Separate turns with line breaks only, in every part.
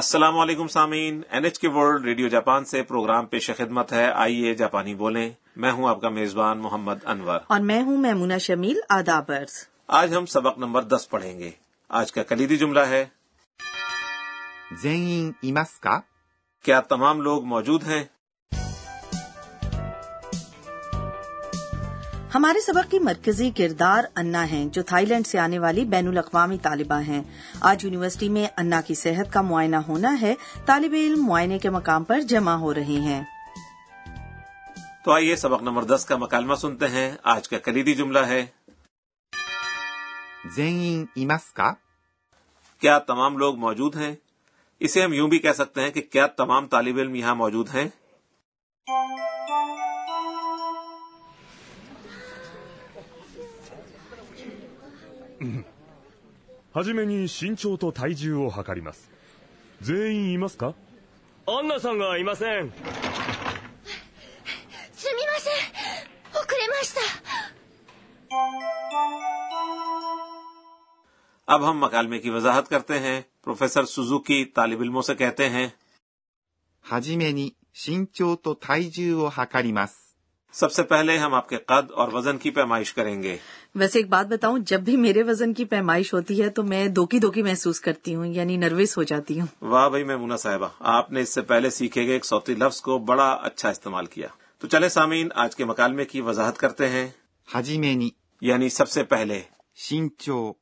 السلام علیکم سامعین N H K world radio Japan سے پروگرام پیش خدمت ہے آئیے جاپانی بولیں میں ہوں آپ کا میزبان محمد انور
اور میں ہوں میمونہ شمیل آدابرز
آج ہم سبق نمبر دس پڑھیں گے آج کا کلیدی جملہ ہے
全員いますか
کیا تمام لوگ موجود ہیں
ہمارے سبق کی مرکزی کردار انا ہیں جو تھائی لینڈ سے آنے والی بین الاقوامی طالبہ ہیں آج یونیورسٹی میں انا کی صحت کا معائنہ ہونا ہے طالب علم معائنے کے مقام پر جمع ہو رہے ہیں
تو آئیے سبق نمبر دس کا مکالمہ سنتے ہیں آج کا کلیدی جملہ ہے
全員いますか
کیا تمام لوگ موجود ہیں اسے ہم یوں بھی کہہ سکتے ہیں کہ کیا تمام طالب علم یہاں موجود ہیں
はじめに身長と体重を測ります全員いますか
アンナさんがいません
すみません遅れました
اب ہم مکالمے کی وضاحت کرتے ہیں پروفیسر سوزوکی طالب علموں سے کہتے ہیں
はじめに身長と体重を測ります。
سب سے پہلے ہم آپ کے قد اور وزن کی پیمائش کریں گے
ویسے ایک بات بتاؤں جب بھی میرے وزن کی پیمائش ہوتی ہے تو میں دوکی دوکی محسوس کرتی ہوں یعنی نروس ہو جاتی ہوں
واہ بھائی میمونہ صاحبہ آپ نے اس سے پہلے سیکھے گئے ایک سوتی لفظ کو بڑا اچھا استعمال کیا تو چلے سامعین آج کے مکالمے کی وضاحت کرتے ہیں
はじめに
یعنی سب سے پہلے
身長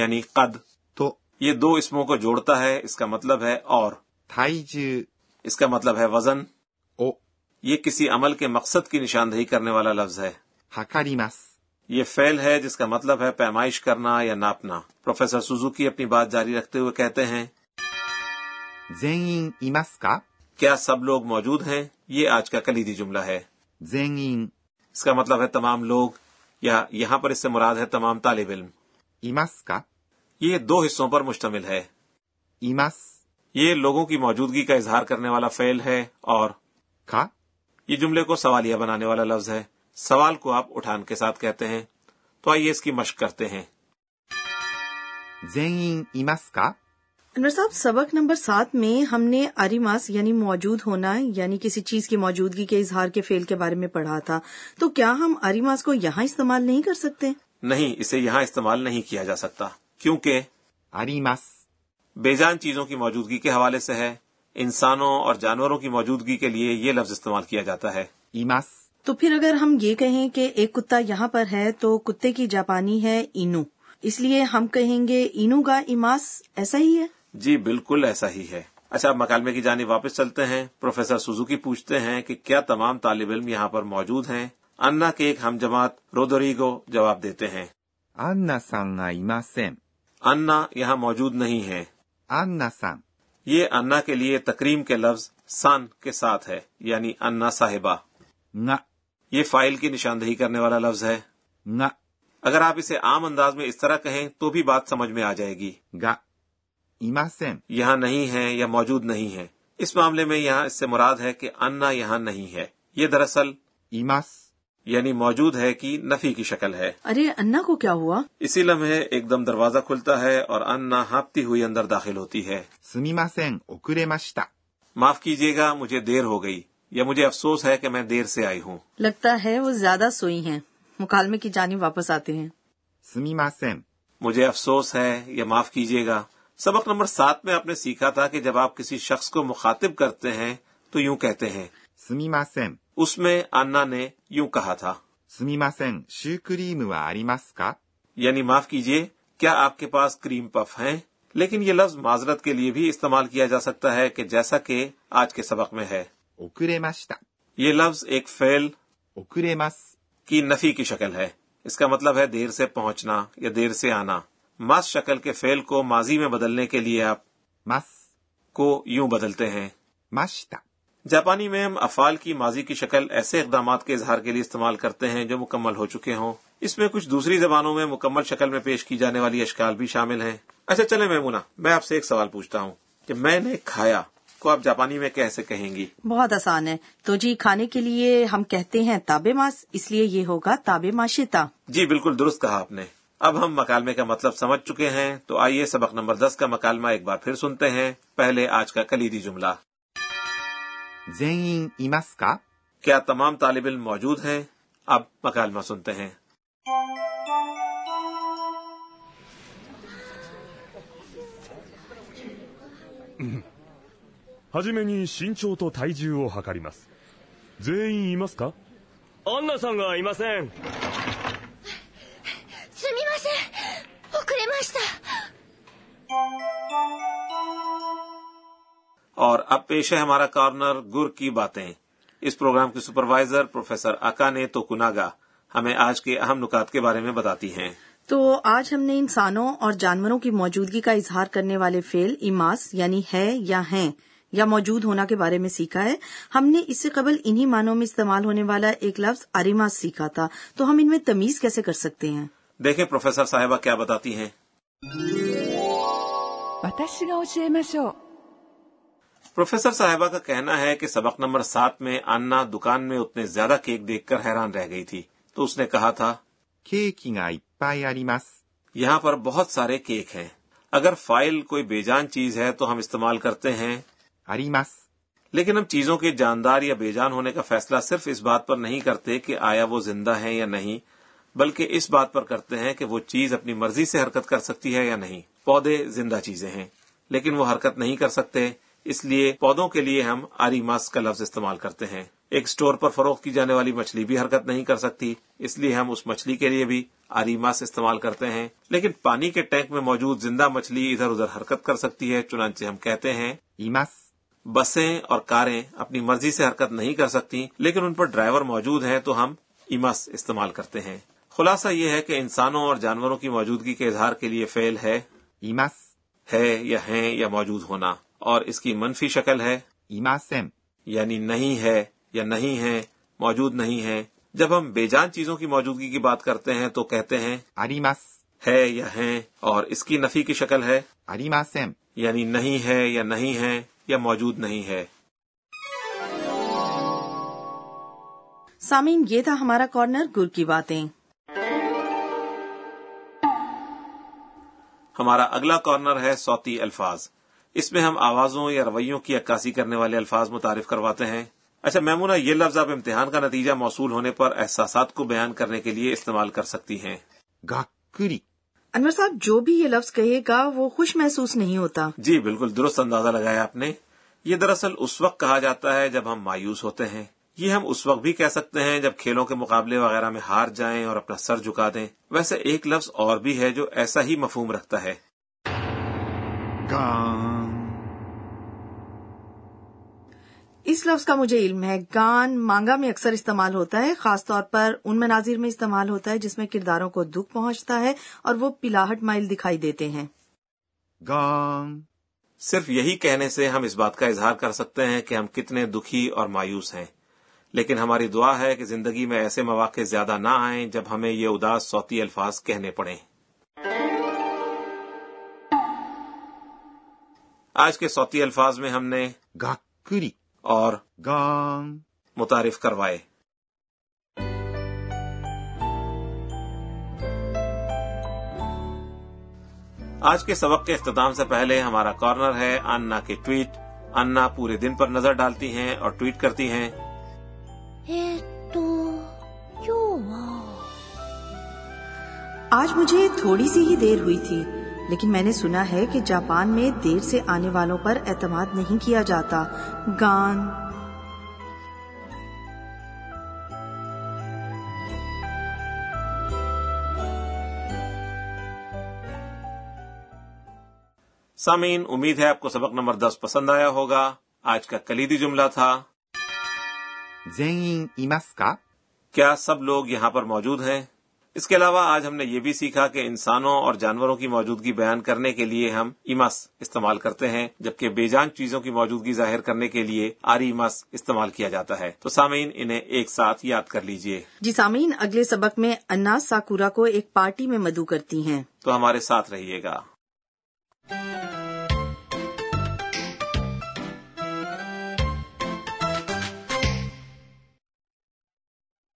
یعنی قد
と
یہ دو اسموں کو جوڑتا ہے اس کا مطلب ہے اور
体重
اس کا مطلب ہے وزن
を
یہ کسی عمل کے مقصد کی نشاندہی کرنے والا لفظ ہے
測ります。
یہ فعل ہے جس کا مطلب ہے پیمائش کرنا یا ناپنا پروفیسر سوزوکی اپنی بات جاری رکھتے ہوئے کہتے ہیں
全員いますか
کیا سب لوگ موجود ہیں یہ آج کا کلیدی جملہ ہے
全員
اس کا مطلب ہے تمام لوگ یا یہاں پر اس سے مراد ہے تمام طالب علم
いますか
یہ دو حصوں پر مشتمل ہے
います。
یہ لوگوں کی موجودگی کا اظہار کرنے والا فعل ہے اور
か
یہ جملے کو سوالیہ بنانے والا لفظ ہے سوال کو آپ اٹھان کے ساتھ کہتے ہیں تو آئیے اس کی مشق کرتے ہیں
全員いますか
انور صاحب سبق نمبر سات میں ہم نے اریماس یعنی موجود ہونا یعنی کسی چیز کی موجودگی کے اظہار کے فعل کے بارے میں پڑھا تھا تو کیا ہم اریماس کو یہاں استعمال نہیں کر سکتے
نہیں اسے یہاں استعمال نہیں کیا جا سکتا کیونکہ
あります。
بے جان چیزوں کی موجودگی کے حوالے سے ہے انسانوں اور جانوروں کی موجودگی کے لیے یہ لفظ استعمال کیا جاتا ہے
います。
تو پھر اگر ہم یہ کہیں کہ ایک کتا یہاں پر ہے تو کتے کی جاپانی ہے اینو اس لیے ہم کہیں گے اینو گا ایماس ایسا ہی ہے
جی بالکل ایسا ہی ہے اچھا اب مکالمے کی جانب واپس چلتے ہیں پروفیسر سوزوکی پوچھتے ہیں کہ کیا تمام طالب علم یہاں پر موجود ہیں انا کے ایک ہم جماعت رودریگو جواب دیتے ہیں
アンナさんがいません。
انا یہاں موجود نہیں ہے
アンナさん、
یہ انا کے لیے تکریم کے لفظ سان کے ساتھ ہے یعنی انا صاحبہ
が、
یہ فائل کی نشاندہی کرنے والا لفظ ہے
が、
اگر آپ اسے عام انداز میں اس طرح کہیں تو بھی بات سمجھ میں آ جائے گی
が、いません。
یہاں نہیں ہے یا موجود نہیں ہے اس معاملے میں یہاں اس سے مراد ہے کہ انا یہاں نہیں ہے یہ دراصل
います。
یعنی موجود ہے کی نفی کی شکل ہے
ارے انا کو کیا ہوا
اسی لمحے ایک دم دروازہ کھلتا ہے اور انا ہانپتی ہوئی اندر داخل ہوتی ہے
すみません。遅れました。
معاف کیجیے گا مجھے دیر ہو گئی یا مجھے افسوس ہے کہ میں دیر سے آئی ہوں
لگتا ہے وہ زیادہ سوئی ہیں مکالمے کی جانب واپس آتے ہیں
すみません。
مجھے افسوس ہے یا معاف کیجیے گا سبق نمبر سات میں آپ نے سیکھا تھا کہ جب آپ کسی شخص کو مخاطب کرتے ہیں تو یوں کہتے ہیں
すみません。
اس میں انا نے یوں کہا تha
すみません。シュークリームはありますか
یعنی معاف کیجیے کیا آپ کے پاس کریم پف ہیں لیکن یہ لفظ معذرت کے لیے بھی استعمال کیا جا سکتا ہے کہ جیسا کہ آج کے سبق میں ہے
遅れました。
یہ لفظ ایک فعل
遅れます。
کی نفی کی شکل ہے اس کا مطلب ہے دیر سے پہنچنا یا دیر سے آنا ماس شکل کے فعل کو ماضی میں بدلنے کے لیے آپ
ます。
کو یوں بدلتے ہیں
ました。
جاپانی میں ہم افعال کی ماضی کی شکل ایسے اقدامات کے اظہار کے لیے استعمال کرتے ہیں جو مکمل ہو چکے ہوں اس میں کچھ دوسری زبانوں میں مکمل شکل میں پیش کی جانے والی اشکال بھی شامل ہیں اچھا چلے میمونہ میں آپ سے ایک سوال پوچھتا ہوں کہ میں نے کھایا کو آپ جاپانی میں کیسے کہیں گی
بہت آسان ہے تو جی کھانے کے لیے ہم کہتے ہیں تابے ماس اس لیے یہ ہوگا تابے ماشتا
جی بالکل درست کہا آپ نے اب ہم مکالمے کا مطلب سمجھ چکے ہیں تو آئیے سبق نمبر دس کا مکالمہ ایک بار پھر سنتے ہیں پہلے آج کا کلیدی جملہ
全員いますか
کیا تمام طالب علم موجود ہیں اب مکالمہ سنتے ہیں
はじめに身長と体重を測ります全員いますか
アンナさんがいません
すみません遅れました
اور اب پیش ہے ہمارا کارنر گر کی باتیں اس پروگرام کی سپروائزر پروفیسر اکانے تو کناگا ہمیں آج کے اہم نکات کے بارے میں بتاتی ہیں
تو آج ہم نے انسانوں اور جانوروں کی موجودگی کا اظہار کرنے والے فعل ایماس یعنی ہے یا ہیں یا موجود ہونا کے بارے میں سیکھا ہے ہم نے اس سے قبل انہی معنوں میں استعمال ہونے والا ایک لفظ اریماس سیکھا تھا تو ہم ان میں تمیز کیسے کر سکتے ہیں
دیکھیں پروفیسر صاحبہ کیا بتاتی ہیں
私が教えましょう
پروفیسر صاحبہ کا کہنا ہے کہ سبق نمبر سات میں انا دکان میں اتنے زیادہ کیک دیکھ کر حیران رہ گئی تھی تو اس نے کہا تھا
ケーキがいっぱいあります。
یہاں پر بہت سارے کیک ہیں اگر فائل کوئی بے جان چیز ہے تو ہم استعمال کرتے ہیں
あります。
لیکن ہم چیزوں کے جاندار یا بے جان ہونے کا فیصلہ صرف اس بات پر نہیں کرتے کہ آیا وہ زندہ ہے یا نہیں بلکہ اس بات پر کرتے ہیں کہ وہ چیز اپنی مرضی سے حرکت کر سکتی ہے یا نہیں پودے زندہ چیزیں ہیں لیکن وہ حرکت نہیں کر سکتے اس لیے پودوں کے لیے ہم آری ماس کا لفظ استعمال کرتے ہیں ایک سٹور پر فروخت کی جانے والی مچھلی بھی حرکت نہیں کر سکتی اس لیے ہم اس مچھلی کے لیے بھی آری ماس استعمال کرتے ہیں لیکن پانی کے ٹینک میں موجود زندہ مچھلی ادھر ادھر حرکت کر سکتی ہے چنانچہ ہم کہتے ہیں
います。
بسیں اور کاریں اپنی مرضی سے حرکت نہیں کر سکتی لیکن ان پر ڈرائیور موجود ہیں تو ہم ایمس استعمال کرتے ہیں خلاصہ یہ ہے کہ انسانوں اور جانوروں کی موجودگی کے اظہار کے لیے فعل ہے
います。
ہے یا ہیں یا موجود ہونا اور اس کی منفی شکل ہے
いません。
یعنی نہیں ہے یا نہیں ہے موجود نہیں ہے جب ہم بے جان چیزوں کی موجودگی کی بات کرتے ہیں تو کہتے ہیں
あります。
ہے یا ہیں اور اس کی نفی کی شکل ہے
ありません。
یعنی نہیں ہے یا نہیں ہے یا موجود نہیں ہے
سامعین یہ تھا ہمارا کارنر گر کی باتیں
ہمارا اگلا کارنر ہے صوتی الفاظ اس میں ہم آوازوں یا رویوں کی عکاسی کرنے والے الفاظ متعارف کرواتے ہیں اچھا میمونہ یہ لفظ آپ امتحان کا نتیجہ موصول ہونے پر احساسات کو بیان کرنے کے لیے استعمال کر سکتی ہیں
がっくり。
انور صاحب جو بھی یہ لفظ کہے گا وہ خوش محسوس نہیں ہوتا
جی بالکل درست اندازہ لگایا آپ نے یہ دراصل اس وقت کہا جاتا ہے جب ہم مایوس ہوتے ہیں یہ ہم اس وقت بھی کہہ سکتے ہیں جب کھیلوں کے مقابلے وغیرہ میں ہار جائیں اور اپنا سر جھکا دیں ویسے ایک لفظ اور بھی ہے جو ایسا ہی مفہوم رکھتا ہے
ガーン。
اس لفظ کا مجھے علم ہے گان مانگا میں اکثر استعمال ہوتا ہے خاص طور پر ان مناظر میں استعمال ہوتا ہے جس میں کرداروں کو دکھ پہنچتا ہے اور وہ پلاہٹ مائل دکھائی دیتے ہیں
ガーン。
صرف یہی کہنے سے ہم اس بات کا اظہار کر سکتے ہیں کہ ہم کتنے دکھی اور مایوس ہیں لیکن ہماری دعا ہے کہ زندگی میں ایسے مواقع زیادہ نہ آئیں جب ہمیں یہ اداس صوتی الفاظ کہنے پڑیں آج کے صوتی الفاظ میں ہم نے
がっくり。
اور
ガーン。
متعارف کروائے آج کے سبق کے اختتام سے پہلے ہمارا کارنر ہے انا کے ٹویٹ انا پورے دن پر نظر ڈالتی ہیں اور ٹویٹ کرتی ہیں
えーっと今日は
آج مجھے تھوڑی سی ہی دیر ہوئی تھی لیکن میں نے سنا ہے کہ جاپان میں دیر سے آنے والوں پر اعتماد نہیں کیا جاتا گان
سامعین امید ہے آپ کو سبق نمبر دس پسند آیا ہوگا آج کا کلیدی جملہ تھا
全員いますか
کیا سب لوگ یہاں پر موجود ہیں اس کے علاوہ آج ہم نے یہ بھی سیکھا کہ انسانوں اور جانوروں کی موجودگی بیان کرنے کے لیے ہم ایمس استعمال کرتے ہیں جبکہ بے جان چیزوں کی موجودگی ظاہر کرنے کے لیے آری ایمس استعمال کیا جاتا ہے تو سامعین انہیں ایک ساتھ یاد کر لیجئے
جی سامعین اگلے سبق میں انا ساکورا کو ایک پارٹی میں مدعو کرتی ہیں
تو ہمارے ساتھ رہیے گا